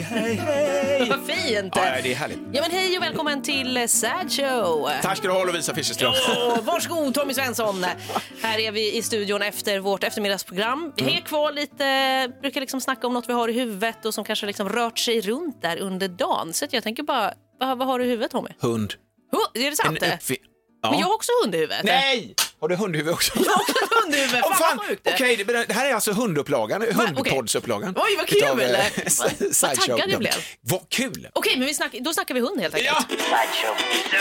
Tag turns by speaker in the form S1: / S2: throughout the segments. S1: hej, hej! Vad fint!
S2: Ja, ja, det är härligt.
S1: Ja men hej och välkommen till eh, Sad Show!
S2: Tack ska du ha Lovisa Fischerström.
S1: Åh, varsågod Tommy Svensson! Här är vi i studion efter vårt eftermiddagsprogram. Vi
S2: Mm.
S1: är kvar lite, brukar liksom snacka om något vi har i huvudet och som kanske liksom rört sig runt där under dagen. Så att jag tänker bara, vad, vad har du i huvudet Tommy?
S2: Hund.
S1: Huh, är det sant? det?
S2: uppfi- ja.
S1: Men jag har också hund i huvudet.
S2: Nej! Äh? Har du hundhuvud också?
S1: Jag har också hund i huvudet,
S2: Åh,
S1: fan,
S2: fan.
S1: vad sjukt! det är.
S2: Okej, det, det här är alltså hundupplagan, hundpoddsupplagan.
S1: Oj, vad kul,
S2: utav, eh,
S1: eller?
S2: s-
S1: Vad- vad
S2: Sideshow.
S1: taggad jag blev.
S2: Vad kul!
S1: Okej, men vi snack, då snackar vi hund helt enkelt.
S2: Ja!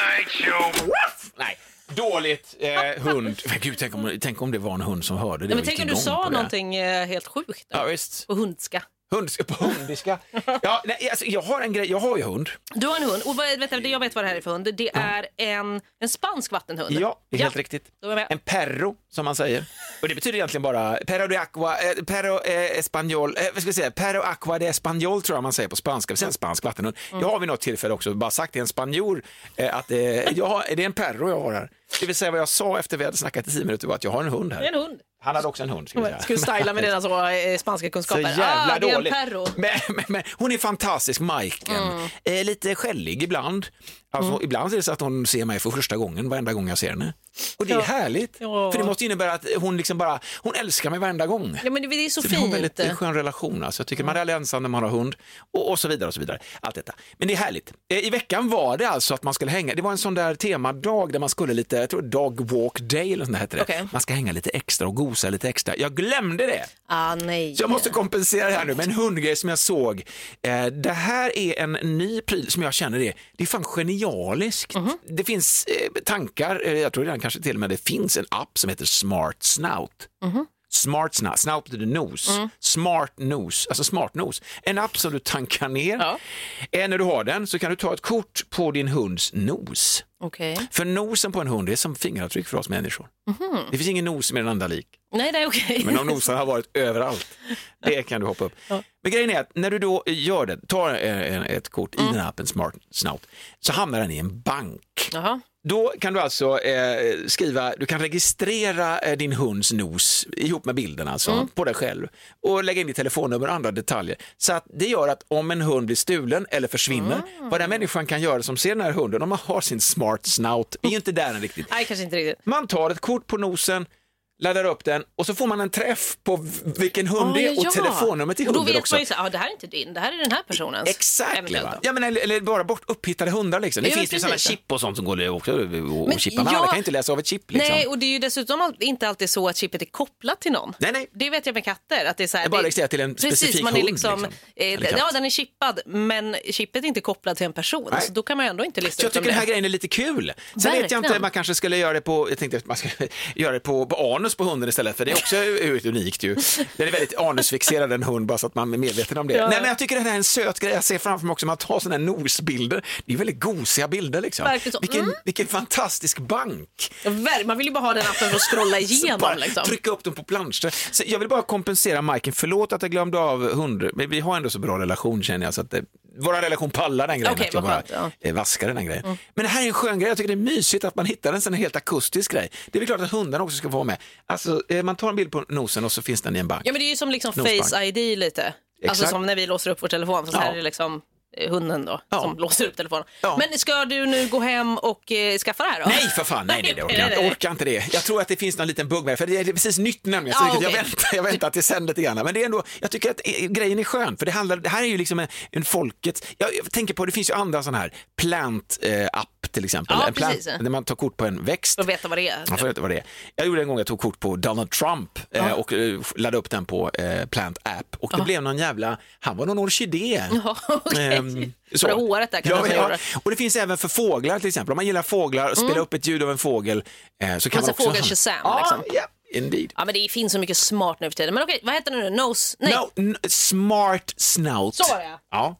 S2: Ruff! Nej, dåligt eh, hund. Men gud, tänk om, tänk om det var en hund som hörde det.
S1: Nej, men
S2: och
S1: tänk
S2: gick
S1: om du
S2: igång på
S1: sa
S2: det.
S1: någonting eh, helt sjukt
S2: Ja, visst.
S1: på hundska.
S2: Hund, på hundiska. Ja, nej, alltså, jag har en grej, jag har ju hund.
S1: Du har en hund. Och vad, vänta, det- jag vet vad det här är för hund. Det är en, en spansk vattenhund.
S2: Ja, det är helt riktigt.
S1: Då är jag med.
S2: En perro, som man säger. Och det betyder egentligen bara perro de aqua, eh, perro eh, espanol, eh, vad ska vi säga, perro aqua de espanol tror jag man säger på spanska, sen spansk vattenhund.
S1: Mm.
S2: Jag har vid något tillfälle också bara sagt till en spanjor eh, att eh, jag, har- det är en perro jag har här. Det vill säga vad jag sa efter vi hade snackat i tio minuter var att jag har en hund
S1: Det är en
S2: här.
S1: hund.
S2: Han hade också en hund. Ska vi säga.
S1: Ska du styla med dina så, eh, spanska
S2: Så
S1: kunskaper?
S2: jävla
S1: ah, det är en
S2: dåligt.
S1: perro. Mm.
S2: Men, men, men, hon är fantastisk, Majken. Eh, lite skällig ibland. Alltså, Ibland är det så att hon ser mig för första gången varenda gång jag ser henne. Och det är härligt.
S1: Ja.
S2: För det måste innebära att hon liksom bara, hon älskar mig varenda gång.
S1: Ja, men det, det är så,
S2: Så vi har en
S1: fint. Mm.
S2: väldigt eh, skön relation. Alltså. Jag tycker man är aldrig ensam när man har hund och, och så vidare. och så vidare. Allt detta. Men det är härligt. Eh, I veckan var det alltså att man skulle hänga, det var en sån där temadag där man skulle lite, jag tror dog walk day eller sånt där hette det.
S1: Okej.
S2: Man ska hänga lite extra och gosa lite extra. Jag glömde det.
S1: Ah, nej.
S2: Så jag måste kompensera det här nu med en hundgrej som jag såg. Eh, det här är en ny pryl som jag känner det, det är fan genialiskt. Det finns eh, tankar, eh, jag tror redan kanske till och med det finns en app som heter Smart Snout. Smart snout, snout betyder nos. Smart nos, alltså smart nos. En app som du tankar ner.
S1: Ja.
S2: Eh, när du har den så kan du ta ett kort på din hunds nos.
S1: Okej.
S2: För nosen på en hund är som fingeravtryck för oss människor. Det finns ingen nos som är den andra lik.
S1: Nej, nej, okej.
S2: Men de nosarna har varit överallt. Det kan du hoppa upp. Men grejen är att när du då gör det, tar eh, en- ett kort i den här appen Smart Snout, så hamnar den i en bank.
S1: Jaha.
S2: Då kan du alltså eh, skriva, du kan registrera eh, din hunds nos ihop med bilden alltså, på dig själv och lägga in ditt telefonnummer och andra detaljer. Så att det gör att om en hund blir stulen eller försvinner, vad den människan kan göra som ser den här hunden, om man har sin smart snout, vi är ju inte där än riktigt,
S1: Nej, kanske inte riktigt.
S2: man tar ett kort på nosen, laddar upp den och så får man en träff på v- vilken hund det är och
S1: Ah, ja.
S2: telefonnumret till
S1: Och då
S2: hunden
S1: vet
S2: också.
S1: man ju så här, ah, det här är inte din, det här är den här personens.
S2: Exakt!
S1: Eventuellt
S2: va?
S1: då.
S2: Ja, men, eller, eller bara bort upphittade hundar liksom. Det
S1: Ja,
S2: finns ju
S1: precis.
S2: sådana chip och sånt som går också och,
S1: Men
S2: och chippar. Men
S1: jag-
S2: alla kan ju inte läsa av ett chip liksom.
S1: Nej, och det är ju dessutom all- inte alltid så att chippet är kopplat till någon.
S2: Nej, nej.
S1: Det vet jag med katter. Att det är så här,
S2: Det är bara registrerat till en
S1: precis,
S2: specifik
S1: man är
S2: hund,
S1: liksom,
S2: liksom.
S1: Eh,
S2: Eller katt.
S1: ja, den är chippad, men chippet är inte kopplat till en person.
S2: Nej.
S1: Så då kan man ju ändå inte lista
S2: Så jag
S1: ut vem
S2: tycker den här
S1: det är.
S2: grejen är lite kul. Sen vet jag
S1: Verkligen.
S2: inte, man kanske skulle göra det på, jag tänkte att man skulle göra det på, på anus på hunden istället för det är också u- unikt ju. Den är väldigt anusfixerad en hund bara så att man är medveten om det.
S1: Ja.
S2: Nej men jag tycker det här är en söt grej, jag ser framför mig också man tar sådana här nosbilder, det är väldigt gosiga bilder liksom.
S1: Verkligen så.
S2: Vilken,
S1: Mm.
S2: vilken fantastisk bank!
S1: Ver- Man vill ju bara ha den appen för att scrolla
S2: Så
S1: igenom.
S2: bara
S1: liksom.
S2: Trycka upp dem på planscher. Så jag vill bara kompensera Majken, förlåt att jag glömde av hund, men vi har ändå så bra relation känner jag så att eh, vår relation pallar den grejen.
S1: Okej,
S2: att jag
S1: vad
S2: bara
S1: skönt, Mm.
S2: eh, vaskar den här grejen. Men det här är en skön grej, jag tycker det är mysigt att man hittar en sån här helt akustisk grej. Det är väl klart att hundarna också ska få vara med. Alltså, eh, man tar en bild på nosen och så finns den i en bank.
S1: Ja, men det är ju som liksom
S2: Nosbank.
S1: Face ID lite. Alltså
S2: Exakt.
S1: som när vi låser upp vår telefon. Så
S2: Ja.
S1: här är det liksom eh, hunden då
S2: Ja.
S1: som låser upp telefonen.
S2: Ja.
S1: Men ska du nu gå hem och eh, skaffa det här då?
S2: Nej för fan, nej, nej, nej, orkar, jag inte. orkar inte det. Jag tror att det finns någon liten bugg med för det är precis nytt nämligen. Så
S1: Ja,
S2: jag,
S1: okej.
S2: väntar, jag väntar till sen lite grann. Men det är ändå, jag tycker att eh, grejen är skön för det, handlar, det här är ju liksom en, en folkets, jag, jag tänker på, det finns ju andra sådana här plant-app till exempel.
S1: Ja,
S2: en plant,
S1: precis.
S2: där man tar kort på en växt.
S1: För att veta vad det är.
S2: Man får veta vad det är. Jag gjorde en gång, jag tog kort på Donald Trump eh, och eh, laddade upp den på eh, Plant App och det blev någon jävla, han var någon orkidé.
S1: Ja, okej.
S2: Ehm,
S1: För det håret där kan
S2: ja,
S1: man säga.
S2: ja. Och det finns även för fåglar till exempel, om man gillar fåglar och spela upp ett ljud av en fågel eh, så kan
S1: Mm. Alltså
S2: man också...
S1: fågel Shazam,
S2: ja,
S1: liksom.
S2: ja, indeed.
S1: Ja, men det finns så mycket smart nu för tiden. Men okej, vad heter den nu? Nose? Nej.
S2: No, n- smart snout.
S1: Så var det, ja.
S2: Ja,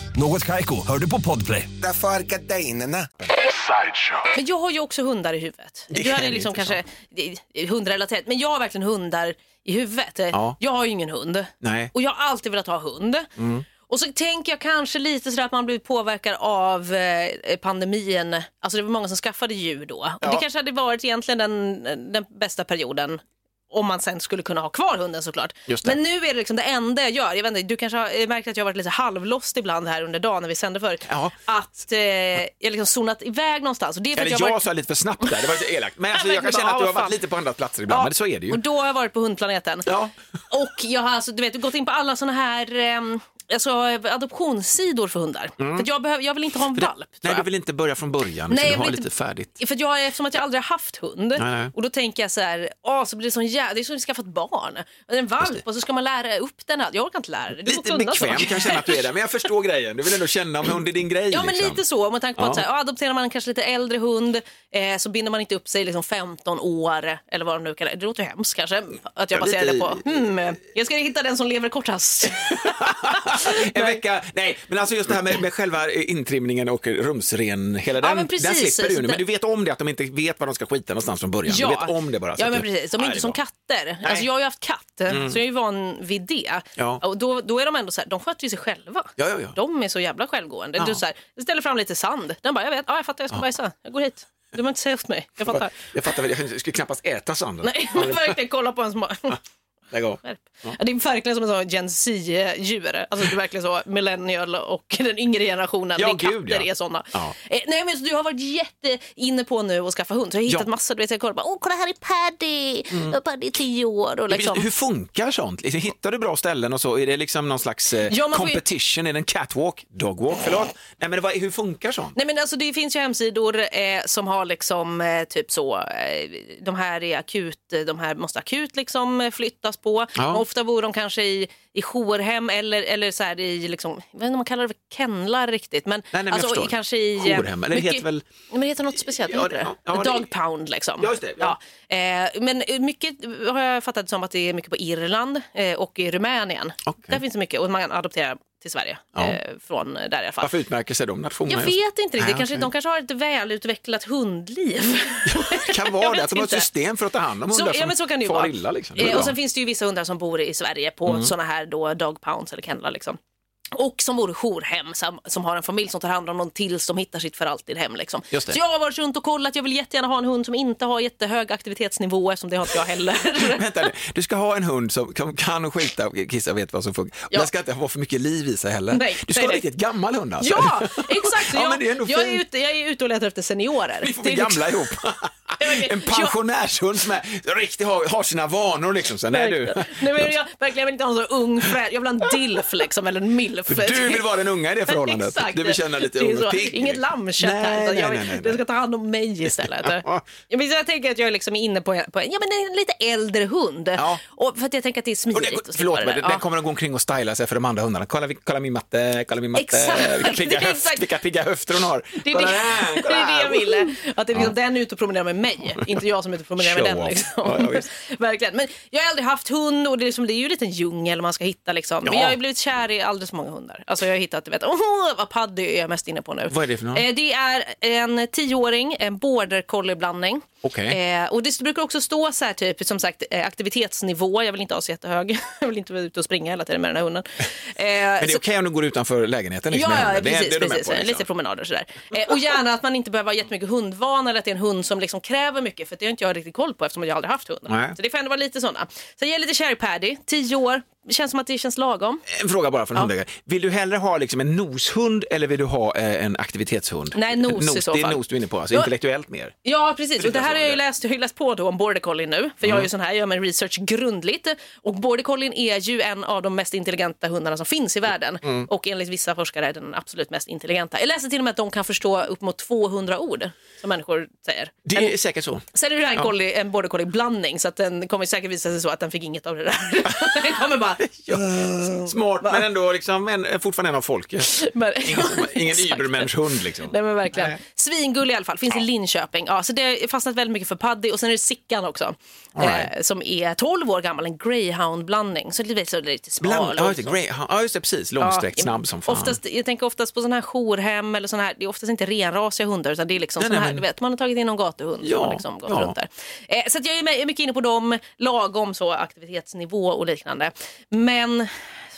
S3: Något Kaiko, hör du på Podplay.
S4: Därför är gardinerna.
S1: Men jag har ju också hundar i huvudet. Du hade ju liksom kanske eh, hundrelaterat, men jag har verkligen hundar i huvudet. Eh,
S2: Ja.
S1: Jag har ju ingen hund
S2: Nej. Mm.
S1: och jag har alltid velat ha hund. Och så tänker jag kanske lite sådär att man blivit påverkad av eh, pandemin. Alltså det var många som skaffade djur då. Och Det kanske hade varit egentligen den, den bästa perioden om man sen skulle kunna ha kvar hunden såklart.
S2: Just det.
S1: Men nu är det liksom det enda jag gör. Jag vet inte, du kanske har eh, märkt att jag har varit lite halvlost ibland här under dagen när vi sände förut.
S2: Ja.
S1: Att eh, jag liksom zonat iväg någonstans. Och det är för
S2: Eller
S1: att jag
S2: jag,
S1: har varit...
S2: sa lite för snabbt där, det var lite elakt. Men alltså,
S1: Ja,
S2: jag kan
S1: men
S2: känna att du har
S1: vad fan.
S2: varit lite på andra platser ibland, men så är det ju.
S1: Och då har jag varit på hundplaneten.
S2: Ja.
S1: Och jag har alltså, du vet, gått in på alla såna här ehm, alltså, adoptionssidor för hundar. För att jag, behöver, jag vill inte ha en valp. tror
S2: Mm.
S1: jag.
S2: Nej, du vill inte börja från början,
S1: Nej,
S2: Nej,
S1: jag
S2: du har
S1: vill
S2: lite
S1: inte-
S2: färdigt.
S1: För att jag, eftersom att jag aldrig har haft hund
S2: nej.
S1: och då tänker jag så här, åh, så blir det sån jävla, det är som att skaffa ett barn. En valp och så ska man lära upp den. här. Jag orkar inte lära det. det. är
S2: Lite
S1: mot undan
S2: bekväm
S1: saker.
S2: kan jag känna att du är där, men jag förstår grejen. Du vill ändå känna om hon är din grej.
S1: Ja men
S2: liksom.
S1: lite så, med tanke på
S2: Ja.
S1: att så här, ja, adopterar man en kanske lite äldre hund eh, så binder man inte upp sig liksom 15 år eller vad de nu kallar det. Det låter ju hemskt kanske att jag
S2: Ja,
S1: baserar
S2: lite
S1: det på. Hmm, jag ska hitta den som lever kortast.
S2: en vecka, nej men alltså just det här med, med själva eh, intrimningen och rumsren, hela
S1: Ja,
S2: den,
S1: men precis.
S2: den slipper
S1: Så
S2: du nu.
S1: det-
S2: Men du vet om det att de inte vet var de ska skita någonstans från början. Du vet om det bara. så
S1: Ja,
S2: att
S1: men
S2: du-
S1: precis. De är
S2: Ja, det
S1: inte som
S2: bra. Mm.
S1: katter. Alltså, jag har ju haft katt, så jag är ju van vid det.
S2: Ja.
S1: Och då, då är de ändå så här, de sköter ju sig själva.
S2: Ja, ja, ja.
S1: De är så jävla självgående.
S2: Ja.
S1: Du så här, jag ställer fram lite sand. Den bara, jag vet, ja, jag fattar, jag ska bajsa. Jag går hit. Du behöver inte säga åt mig. Jag fattar.
S2: Jag fattar, väl, jag skulle knappast äta sanden.
S1: Nej, man verkligen kolla på en som bara...
S2: Lägg av.
S1: Skärp. Ja. Det är verkligen som en sån Gen Z-djur. Alltså det är verkligen så millennial och den yngre generationen.
S2: Ja,
S1: Min
S2: gud,
S1: katter
S2: ja.
S1: är såna.
S2: Ja.
S1: Eh, nej, men så du har varit jätte inne på nu att skaffa hund. Så jag har hittat
S2: Ja. Mm.
S1: massor. Du vet, jag kollar bara, åh kolla här är Paddy. Paddy är tio år. Och liksom.
S2: Hur funkar sånt? Liksom, Hittar du bra ställen och så? Är det liksom någon slags eh,
S1: Ja, man får ju-
S2: competition? Är det en catwalk? Dogwalk? Förlåt. Nej, men vad, hur funkar sånt?
S1: Nej men alltså det finns ju hemsidor eh, som har liksom eh, typ så, eh, de här är akut, eh, de här måste akut liksom eh, flyttas på.
S2: Ja.
S1: Ofta bor de kanske i, i jourhem eller, eller så här i liksom, jag vet inte om man kallar det för kennlar riktigt. Men,
S2: nej, men jag
S1: alltså
S2: förstår.
S1: i- kanske i... eh,
S2: Jourhem, eller det heter väl-
S1: Nej, Men det heter något speciellt,
S2: Ja,
S1: heter det?
S2: ja, ja, det-
S1: Dog pound liksom.
S2: Ja, just det, ja.
S1: Eh, men mycket har jag fattat som att det är mycket på Irland eh, och i Rumänien.
S2: Okej.
S1: Där finns det mycket och man adopterar till Sverige
S2: Ja.
S1: eh, från där i alla fall.
S2: Varför utmärker sig de nationerna?
S1: Jag
S2: just?
S1: vet inte riktigt.
S2: Nej,
S1: kanske,
S2: okej.
S1: De kanske har ett välutvecklat hundliv.
S2: Det kan
S1: Jag
S2: vara
S1: vet
S2: det, att de har ett
S1: inte.
S2: system för att ta hand om
S1: Så,
S2: hundar som
S1: ja, men så kan det ju
S2: far
S1: vara.
S2: illa. Liksom. Mm. Det är
S1: Eh, och
S2: bra.
S1: sen finns det ju vissa hundar som bor i Sverige på såna här då dog pounds eller kennlar. Liksom. Och som bor i jourhem, som, som har en familj som tar hand om dem tills de hittar sitt för alltid hem. Liksom.
S2: Just det.
S1: Så jag har varit runt och kollat, jag vill jättegärna ha en hund som inte har jättehög aktivitetsnivå eftersom det har inte jag heller.
S2: Vänta nu, du ska ha en hund som kan, kan skita och kissa och vet vad som funkar. Och
S1: Ja.
S2: Den ska inte vara för mycket liv i sig heller.
S1: Nej,
S2: du ska
S1: nej,
S2: ha
S1: nej.
S2: en riktigt gammal hund alltså.
S1: ja, exakt! Så
S2: Ja,
S1: jag,
S2: men det är ändå
S1: jag, är
S2: fint.
S1: ute, jag är ute och letar efter seniorer.
S2: Vi får
S1: Det
S2: bli
S1: är liksom-
S2: gamla ihop.
S1: men-
S2: En pensionärshund som är, riktigt har, har sina vanor liksom. Så, nej, du.
S1: Nej, men jag verkligen jag vill inte ha en så ung frä. Jag vill ha en dilf liksom, eller en milf.
S2: du vill vara den unga i det förhållandet.
S1: Exakt.
S2: Du vill känna lite
S1: Det är
S2: ung och
S1: så.
S2: pigg.
S1: Inget lammkött
S2: Nej,
S1: här. utan
S2: nej,
S1: jag,
S2: nej, nej,
S1: Det
S2: nej.
S1: ska ta hand om mig istället.
S2: Ja.
S1: jag, vill- jag tänker att jag är liksom inne på, på ja, men en lite äldre hund.
S2: Ja.
S1: Och för att jag tänker att det är
S2: Och
S1: smidigt.
S2: den,
S1: att slippa
S2: förlåt,
S1: det
S2: men
S1: där.
S2: den
S1: Ja.
S2: kommer att gå omkring och styla sig för de andra hundarna. Kolla, vi- kolla min matte, kolla min matte.
S1: Exakt,
S2: Vilka pigga,
S1: det är
S2: höft,
S1: exakt.
S2: vilka pigga höfter hon har.
S1: Det är
S2: kolla
S1: det,
S2: den,
S1: det,
S2: kolla.
S1: är det jag ville. Att det är liksom den är ute och promenerar med mig, inte jag som är ute och promenerar med
S2: Show
S1: den.
S2: off.
S1: Liksom.
S2: Ja, ja, visst.
S1: Verkligen. Men jag har aldrig haft hund och det är, liksom, det är ju en liten djungel man ska hitta. Liksom. Men
S2: Ja.
S1: jag har ju blivit kär i alldeles för många hundar. Alltså jag har hittat, du vet, oh, vad Paddy är jag mest inne på nu.
S2: Vad är det för någon?
S1: Eh, det är en tioåring, en border collie blandning.
S2: Okej.
S1: Eh, och det brukar också stå så här typ, som sagt, eh, aktivitetsnivå. Jag vill inte ha så jättehög. Jag vill inte vara ute och springa hela tiden med den här hunden. Eh,
S2: Men det är okej om du går utanför lägenheten. Liksom, med
S1: Ja, ja
S2: hunden.
S1: precis.
S2: det, är- det är du med
S1: precis.
S2: på, liksom.
S1: Lite promenader sådär. Eh, och gärna att man inte behöver ha jättemycket hundvana eller att det är en hund som liksom kräver mycket för det har inte jag riktigt koll på eftersom jag aldrig haft hund.
S2: Nej.
S1: Så det får ändå vara lite sådana. Sen jag är lite kär i Paddy, 10 år, känns som att det känns lagom.
S2: En fråga bara från
S1: Ja.
S2: hundägare. Vill du hellre ha liksom en noshund eller vill du ha eh, en aktivitetshund?
S1: Nej, nos i så
S2: Det är
S1: fall.
S2: nos du är inne på, alltså
S1: Ja.
S2: intellektuellt mer.
S1: Ja, precis. Och det här har jag ju
S2: Precis.
S1: läst, jag har ju läst på då om border collie nu. För
S2: Mm.
S1: jag är ju sån här, jag gör min research grundligt. Och border collien är ju en av de mest intelligenta hundarna som finns i världen.
S2: Mm.
S1: Och enligt vissa forskare är den den absolut mest intelligenta. Jag läste till och med att de kan förstå upp mot 200 ord som människor säger.
S2: Det är säkert så.
S1: Sen är det här en, collie, en border collie blandning så att den kommer säkert visa sig så att den fick inget av det där. den kommer bara... Eh,
S2: Smart men ändå liksom en, en- fortfarande en av folket.
S1: Men,
S2: Ingen, som- ingen
S1: Exakt.
S2: übermensch-hund liksom.
S1: Nej men verkligen. Svingullig i alla fall, finns i Linköping. Ja, så det har fastnat väldigt mycket för Paddy och sen är det Sickan också.
S2: right.
S1: Eh, som är 12 år gammal, en greyhound-blandning. Så det är lite, så det är lite smal.
S2: Bland, ja,
S1: och
S2: just det,
S1: så.
S2: grey, ja, just det, precis. Långsträckt,
S1: liksom. Ja,
S2: snabb som fan.
S1: Oftast, jag tänker oftast på sådana här jourhem eller sådana här, det är oftast inte renrasiga hundar utan det är liksom
S2: Nej,
S1: såna
S2: nej,
S1: här,
S2: men-
S1: du vet, man har tagit in någon gatuhund som
S2: Ja,
S1: har liksom gått
S2: ja.
S1: runt där. Eh, så att jag är med- är mycket inne på dem, lagom så aktivitetsnivå och liknande. Men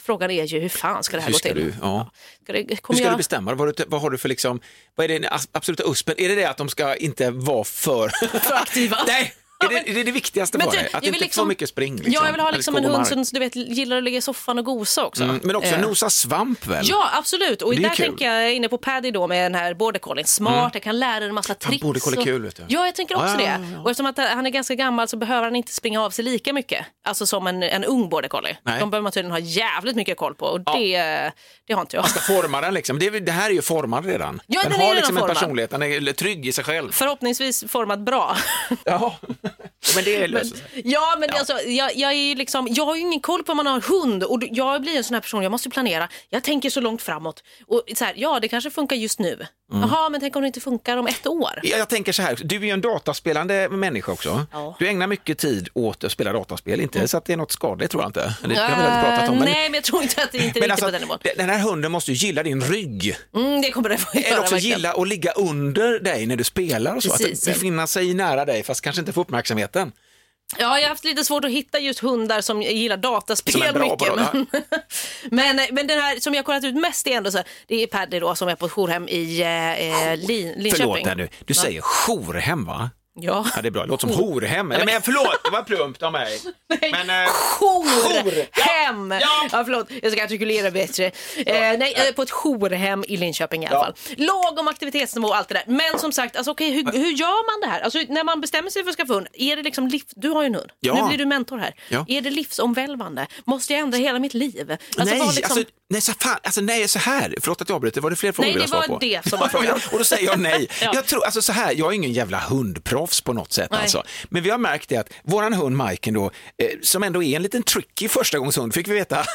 S1: frågan är ju hur fan ska det här
S2: Hur
S1: gå
S2: ska
S1: till?
S2: du- ja.
S1: Ska det,
S2: Hur
S1: kommer
S2: ska
S1: jag...
S2: du bestämma? Vad, har du, vad har du för liksom, vad är den as- absoluta uspen? Är det det att de ska inte vara för...
S1: För aktiva.
S2: Nej! Är det, är det det viktigaste
S1: Men
S2: för
S1: du,
S2: dig?
S1: jag
S2: Att
S1: vill
S2: inte
S1: liksom-
S2: få mycket spring? Liksom.
S1: Ja, jag vill ha
S2: Eller
S1: liksom
S2: skog
S1: en
S2: och
S1: hund
S2: mark.
S1: som du vet, gillar att ligga i soffan och gosa också.
S2: Mm, men också
S1: Eh.
S2: nosa svamp väl?
S1: Ja, absolut. Och
S2: Det är ju
S1: där
S2: kul. Mm.
S1: tänker jag inne på Paddy då med den här border collien. Smart, jag kan lära dig en massa tricks.
S2: border collie är
S1: och-
S2: kul, vet du.
S1: Ja, jag tänker också
S2: Ja,
S1: det.
S2: ja, ja, ja.
S1: Och eftersom att han är ganska gammal så behöver han inte springa av sig lika mycket. Alltså som en, en ung border collie.
S2: Nej.
S1: De behöver man tydligen ha jävligt mycket koll på och det, eh, det har inte jag.
S2: Forma den liksom. Det, är väl- det här är ju formad redan.
S1: Ja,
S2: den
S1: den är
S2: har
S1: redan
S2: liksom en
S1: formad.
S2: personlighet, den är trygg i sig själv.
S1: Förhoppningsvis format bra.
S2: Ja. Men det löser sig.
S1: Ja, men Alltså, jag, jag, är ju liksom, jag har ju ingen koll på om man har hund och då- jag blir en sån här person, jag måste ju planera. Jag tänker så långt framåt. Och så här, ja, det kanske funkar just nu.
S2: Mm.
S1: Jaha, men tänk om det inte funkar om ett år?
S2: Jag jag tänker så här, du är ju en dataspelande människa också.
S1: Ja.
S2: Du ägnar mycket tid åt att spela dataspel, inte så att det är något skadligt tror jag inte. Det har vi redan pratat om.
S1: Eh,
S2: Men,
S1: Nej, men jag tror inte att det är inte
S2: men
S1: riktigt
S2: alltså,
S1: på den nivån.
S2: den här hunden måste ju gilla din rygg.
S1: Mm, det kommer det få göra.
S2: Eller också
S1: verkligen.
S2: gilla att ligga under dig när du spelar och så.
S1: Precis.
S2: Att befinna sig nära dig fast kanske inte få uppmärksamheten.
S1: Ja, jag har haft lite svårt att hitta just hundar som gillar dataspel
S2: Som är bra på
S1: mycket.
S2: det.
S1: Men, men, eh, men den här som jag har kollat ut mest är ändå så här, det är Paddy då som är på ett jourhem i eh, Lin, Linköping.
S2: Förlåt här nu, du
S1: Va?
S2: säger jourhem va?
S1: Ja.
S2: Oh. Ja det är bra, det låter som horhem. Nej, men förlåt, det var plumpt av mig. Men, eh, Jour. Ja.
S1: Jourhem!
S2: Ja.
S1: Ja. förlåt, jag ska artikulera bättre. Eh, nej, eh, på ett jourhem i Linköping i alla
S2: Ja.
S1: fall. Lagom aktivitetsnivå och allt det där. Men som sagt, alltså, okej, hur, hur gör man det här? Alltså, när man bestämmer sig för att skaffa hund, är det liksom liv... du har ju en hund,
S2: Ja.
S1: nu blir du mentor här.
S2: Ja.
S1: Är det livsomvälvande? Måste jag ändra hela mitt liv? Alltså,
S2: nej,
S1: vad liksom-
S2: alltså, nej, så fan, alltså, nej, så här, förlåt att jag avbryter, var det fler frågor
S1: Nej,
S2: vi har
S1: det
S2: svar
S1: var
S2: på?
S1: det som var frågan.
S2: och då säger jag nej.
S1: Ja.
S2: Jag tror, alltså så här, jag är ingen jävla hundproffs på något sätt
S1: Nej.
S2: alltså. Men vi har märkt det att våran hund Majken då, eh, som ändå är en liten tricky förstagångshund, fick vi veta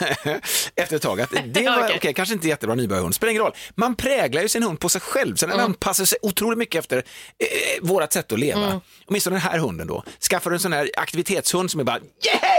S2: efter ett tag att det var,
S1: Ja,
S2: okej,
S1: okej.
S2: kanske inte jättebra nybörjarhund, spelar ingen roll. Man präglar ju sin hund på sig själv, sen
S1: Mm.
S2: den anpassar sig otroligt mycket efter eh, vårat sätt att leva.
S1: Mm.
S2: Åtminstone den här hunden då. Skaffar du en sån här aktivitetshund som är bara,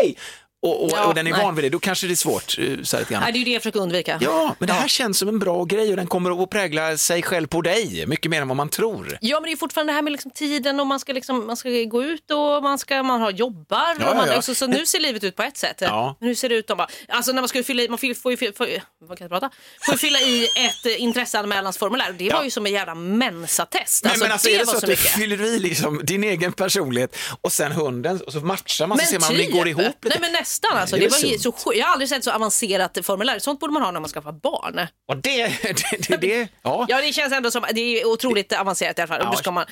S2: yay! Och, och,
S1: Ja,
S2: och den är
S1: nej.
S2: van vid det, då kanske det är svårt. eh, Så här lite grann.
S1: Nej, det är ju det jag försöker undvika.
S2: Ja, men det här
S1: Ja.
S2: känns som en bra grej och den kommer att prägla sig själv på dig mycket mer än vad man tror.
S1: Ja men det är ju fortfarande det här med liksom tiden och man ska, liksom, man ska gå ut och man, ska, man har jobbar.
S2: Ja,
S1: och man,
S2: ja, ja.
S1: alltså, så nu ser livet ut på ett sätt.
S2: Ja.
S1: Nu ser det ut om bara, alltså när man skulle fylla i, man fyll, får ju, fyll, får, vad kan jag prata? Får ju fylla i ett eh, intresseanmälansformulär. Det var ju som en jävla mensa-test.
S2: Nej,
S1: Alltså,
S2: men alltså,
S1: det
S2: är det
S1: var
S2: så
S1: så,
S2: att du
S1: mycket.
S2: fyller i liksom din egen personlighet och sen hunden och så matchar man så alltså, ser man om ni går ihop lite?
S1: typ. Nej men nästan alltså.
S2: Nej, det
S1: Det
S2: är
S1: var ju
S2: sunt.
S1: så, sjukt. jag har aldrig sett så avancerat formulär. Sånt borde man ha när man skaffar barn.
S2: Och det, det, det, det, ja.
S1: Ja det känns ändå som, det är ju otroligt avancerat i alla fall.
S2: Ja.
S1: Och då ska man,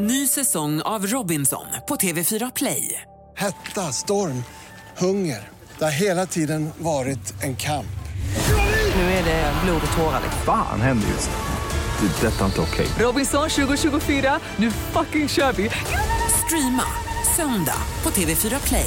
S5: Ny säsong av Robinson på TV4 Play.
S6: Hetta, storm, hunger. Det har hela tiden varit en kamp.
S7: Nu är det blod och tårar. Liksom.
S8: Fan händer just det. Det är detta inte okej.
S5: Robinson 2024, nu fucking kör vi! Streama söndag på TV4 Play.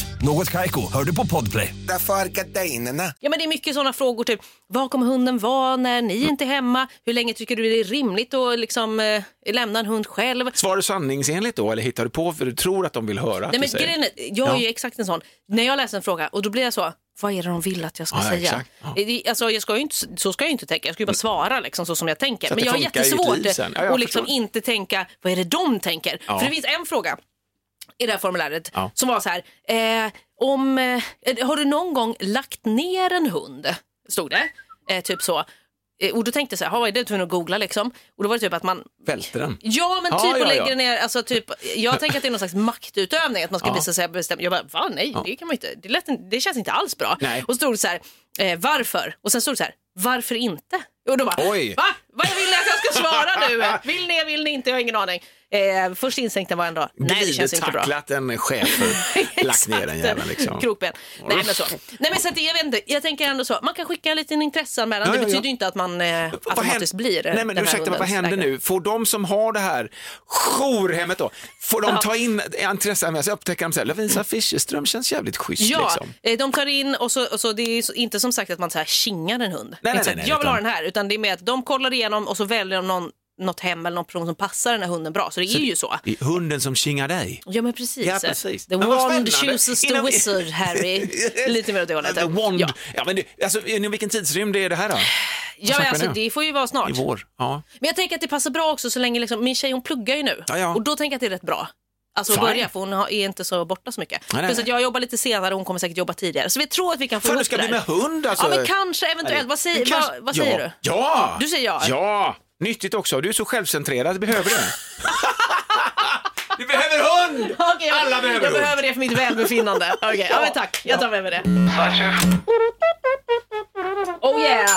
S3: Något Kaiko, hör du på Podplay.
S9: Därför är gardinerna.
S1: Ja, men det är mycket sådana frågor, typ var kommer hunden vara när ni inte är hemma? Hur länge tycker du det är rimligt att liksom, eh, lämna en hund själv?
S2: Svarar du sanningsenligt då eller hittar du på för du tror att de vill höra?
S1: Nej,
S2: att du
S1: men
S2: säger?
S1: grejen är, jag är ju exakt en sån. När jag läser en fråga och då blir jag så, vad är det de vill att jag ska
S2: Ja, ja,
S1: säga?
S2: exakt. Ja. Mm.
S1: Det- Alltså, jag ska ju inte, så ska jag ju inte tänka, jag ska ju bara svara liksom, så som jag tänker.
S2: Så att
S1: Men
S2: det
S1: jag har
S2: funkar i ditt
S1: jättesvårt
S2: liv sen. Ja, jag
S1: att liksom
S2: förstår.
S1: inte tänka, vad är det de tänker?
S2: Ja.
S1: För det finns en fråga i det här formuläret
S2: Ja.
S1: som var så här, eh, om, eh, har du någon gång lagt ner en hund? Stod det, eh, typ så. Eh, Och då tänkte jag så här, "Ha, vad är det tvungen att googla liksom? Och då var det typ att man
S2: Välter den.
S1: Ja men
S2: Ja,
S1: typ
S2: ja,
S1: och
S2: ja.
S1: lägger ner, alltså typ, jag tänker att det är någon slags maktutövning, att man ska
S2: Ja.
S1: bli så här bestämd. Jag bara, va nej, det kan man inte, det, lät, inte- det känns inte alls bra.
S2: Nej.
S1: Och så stod det så här, eh, varför? Och sen stod det så här, varför inte? Och då bara,
S2: Oj.
S1: va? Vad vill ni att jag ska svara nu? Vill ni, vill ni inte? Jag har ingen aning. Eh, först instänkten var ändå, nej det känns inte bra.
S2: tacklat en chef och lagt ner den jäveln. Liksom.
S1: Krokben. Nej men så. Nej men så att det- jag vet inte, jag tänker ändå så, man kan skicka en liten intresseanmälan,
S2: Ja,
S1: det
S2: ja, ja.
S1: betyder ju inte att man eh,
S2: Vad händer-
S1: automatiskt blir
S2: Nej, men
S1: den här
S2: ursäkta, vad
S1: hundens
S2: händer
S1: ägare.
S2: nu? Får de som har det här jourhemmet då, får de ta in intresseanmälningar så upptäcker de så här, Lovisa Fischerström känns jävligt schysst
S1: Ja,
S2: liksom.
S1: eh, de tar in och så, och så det är ju så- inte som sagt att man så här kingar en hund. Det är
S2: nej,
S1: inte så
S2: nej,
S1: att
S2: nej,
S1: jag vill
S2: utan-
S1: ha den här, utan det är med att de kollar igenom och så väljer de någon, något hem eller någon person som passar den här hunden bra. Så det är ju så.
S2: Det är hunden som kingar dig.
S1: Ja men precis.
S2: Ja, precis.
S1: The
S2: Men vad
S1: wand
S2: spännande.
S1: chooses the
S2: Innan vi-
S1: wizard, Harry. Lite mer åt det hållet.
S2: The wand.
S1: Ja,
S2: Ja. men det, alltså, inom vilken tidsrymd är det här då?
S1: ja men
S2: snackar
S1: alltså,
S2: ni om?
S1: det får ju vara snart.
S2: I vår? Ja.
S1: Men jag tänker att det passar bra också så länge liksom, min tjej hon pluggar ju nu
S2: Ja, ja.
S1: och då tänker jag att det är rätt bra. Alltså att
S2: Fine.
S1: börja för hon har- är inte så borta så mycket.
S2: nej,
S1: Plus att
S2: nej.
S1: jag jobbar lite senare och hon kommer säkert jobba tidigare. Så vi tror att vi kan få
S2: Fan,
S1: ihop
S2: du ska
S1: det
S2: bli
S1: där.
S2: med hund alltså?
S1: Ja men kanske eventuellt. Vad säger,
S2: Kanske-
S1: vad, vad säger
S2: ja.
S1: du?
S2: Ja!
S1: Du säger ja.
S2: Ja! Nyttigt också. Du är så självcentrerad, du behöver det. du behöver hund!
S1: Okej, jag-
S2: Alla behöver
S1: Jag
S2: hund.
S1: behöver det för mitt välbefinnande. Okej, ja. men tack. Jag tar med mig det. Oh yeah!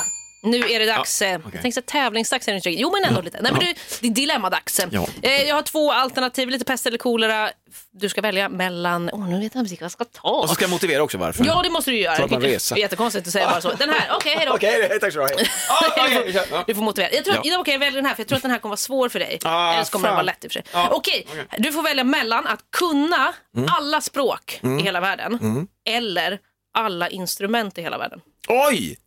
S1: Nu är det dags. eh, Jag tänkte säga tävlingsdags. Är det inte riktigt. Jo, men ändå lite. Nej, men du, det är dilemmadags.
S2: Ja.
S1: Eh, jag har två alternativ, lite pest eller kolera. Du ska välja mellan... Åh, nu vet jag inte vilka jag ska ta.
S2: Och så ska jag motivera också varför.
S1: Ja, det måste du ju göra.
S2: Klart man
S1: Det är
S2: reser.
S1: Jättekonstigt att säga bara så. Den här, okej, hejdå.
S2: Okej, tack ska du ha. Ja, okej,
S1: Du får-
S2: ja.
S1: Alltså, Du får motivera. Jag tror att,
S2: Ja.
S1: ja. okej, jag väljer den här för jag tror att den här kommer vara svår för dig.
S2: Ah,
S1: Eller så kommer den
S2: fan.
S1: vara lätt i och för sig.
S2: Ja, Mm.
S1: Okej, du får välja mellan att kunna alla språk i hela världen eller alla instrument i hela världen.
S2: Oj!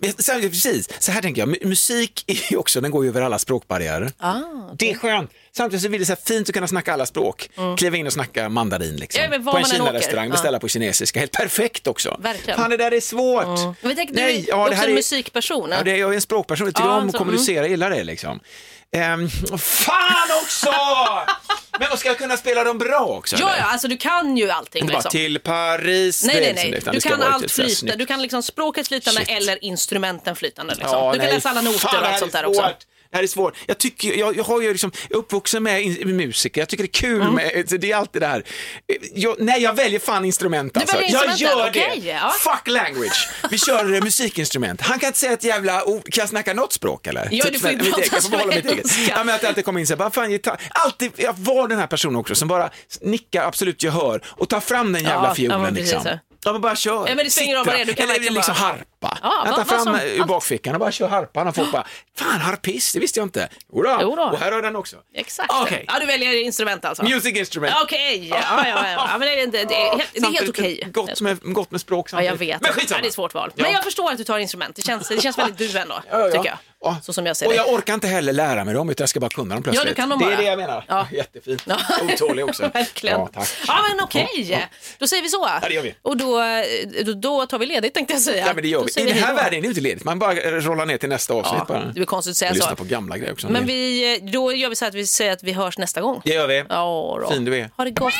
S2: Men så här- Precis, så här tänker jag. Mu- Musik är ju också, den går ju över alla språkbarriärer.
S1: Ah,
S2: Det är skönt. Samtidigt så vill det så här fint att kunna snacka alla språk. Kliva in och snacka mandarin liksom.
S1: Mm. Ja, men var
S2: på en
S1: man än
S2: Kina-restaurang,
S1: åker.
S2: beställa på kinesiska. Helt perfekt också.
S1: Verkligen. Mm.
S2: Fan, det där är svårt.
S1: Men tänk, du
S2: Nej,
S1: är
S2: ja, det
S1: också
S2: här
S1: en
S2: är-
S1: musikperson.
S2: Ja, det, jag är en språkperson, jag tycker
S1: Ja,
S2: om att
S1: så, mm.
S2: kommunicera, jag gillar det liksom. Ehm, fan också! Men och ska jag kunna spela dem bra också?
S1: ja,
S2: eller?
S1: ja, alltså du kan ju allting.
S2: Inte bara
S1: Liksom.
S2: till Paris. det är
S1: Nej, nej,
S2: liksom det,
S1: nej.
S2: utan
S1: Du
S2: det ska
S1: kan
S2: vara
S1: allt
S2: lite så här
S1: flytande.
S2: snyggt.
S1: Du kan liksom språket flytande
S2: Shit.
S1: eller instrumenten flytande. Liksom.
S2: Ja,
S1: du kan
S2: nej,
S1: läsa alla noter
S2: fan,
S1: och
S2: det här
S1: allt sånt
S2: är
S1: där också.
S2: svårt. Det här är svårt. Jag, tycker, jag, jag, har ju liksom, jag är uppvuxen med in- med musiker, jag tycker det är kul
S1: Mm.
S2: med, det är alltid det här. Jag, nej, jag väljer fan instrument alltså.
S1: väljer
S2: jag
S1: instrumenten,
S2: gör
S1: okej,
S2: det.
S1: ja.
S2: Fuck language. Vi kör eh, musikinstrument. Han kan inte säga ett jävla ord, kan jag snacka något språk eller?
S1: Ja, du får ju
S2: mitt
S1: prata
S2: eget, jag får behålla mitt eget.
S1: svenska.
S2: Ja, men att jag alltid kommer in så här, bara fan gitarr. Alltid, jag var den här personen också som bara nickar absolut gehör och tar fram den jävla
S1: Ja, ja,
S2: fiolen
S1: men precis
S2: liksom.
S1: så.
S2: Ja men bara kör.
S1: Ja, men det spelar ingen roll vad det är, du kan
S2: Eller
S1: verkligen
S2: liksom
S1: bara-
S2: harpa.
S1: Ja,
S2: jag
S1: vad-
S2: tar
S1: vad
S2: fram eh,
S1: som-
S2: ur
S1: allt.
S2: bakfickan och bara kör harpan och folk bara, fan harpist, det visste jag inte. Jodå,
S1: Jodå.
S2: och här har den också.
S1: Exakt.
S2: Okej.
S1: Ja, du väljer instrument alltså.
S2: Music instrument.
S1: Okej, ja, ja, ja, ja. Men det, är inte- det är helt, det är helt
S2: Samtidigt
S1: okej.
S2: Gott, med- gott med språk
S1: Ja, jag
S2: samtidigt.
S1: vet.
S2: Men
S1: ja,
S2: skitsamma.
S1: det är ett svårt val. Men jag förstår att du tar instrument. Det känns, det känns väldigt du ändå,
S2: Ja, ja.
S1: tycker jag.
S2: Ja.
S1: Så som jag ser
S2: Och
S1: det.
S2: jag orkar inte heller lära mig dem utan jag ska bara kunna dem plötsligt.
S1: Ja, du kan dem
S2: det är
S1: bara.
S2: det jag menar.
S1: Ja.
S2: Jättefint.
S1: Ja.
S2: Otålig också.
S1: Verkligen.
S2: Ja, tack.
S1: Ja, men okej. Då säger vi så.
S2: Ja, det gör vi.
S1: Och då, eh, då, då tar vi ledigt tänkte jag säga.
S2: Nej, men det gör
S1: Då
S2: vi. I
S1: säger
S2: den här
S1: hej då.
S2: världen är det inte ledigt. Man bara eh, rollar ner till nästa avsnitt bara.
S1: Ja, det är konstigt att säga
S2: Jag
S1: så.
S2: lyssnar på gamla grejer också.
S1: Men vi, eh, då gör vi så här att vi säger att vi hörs nästa gång.
S2: Det gör vi.
S1: Ja, då.
S2: Fin du är.
S1: Ha det gott.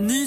S5: Ny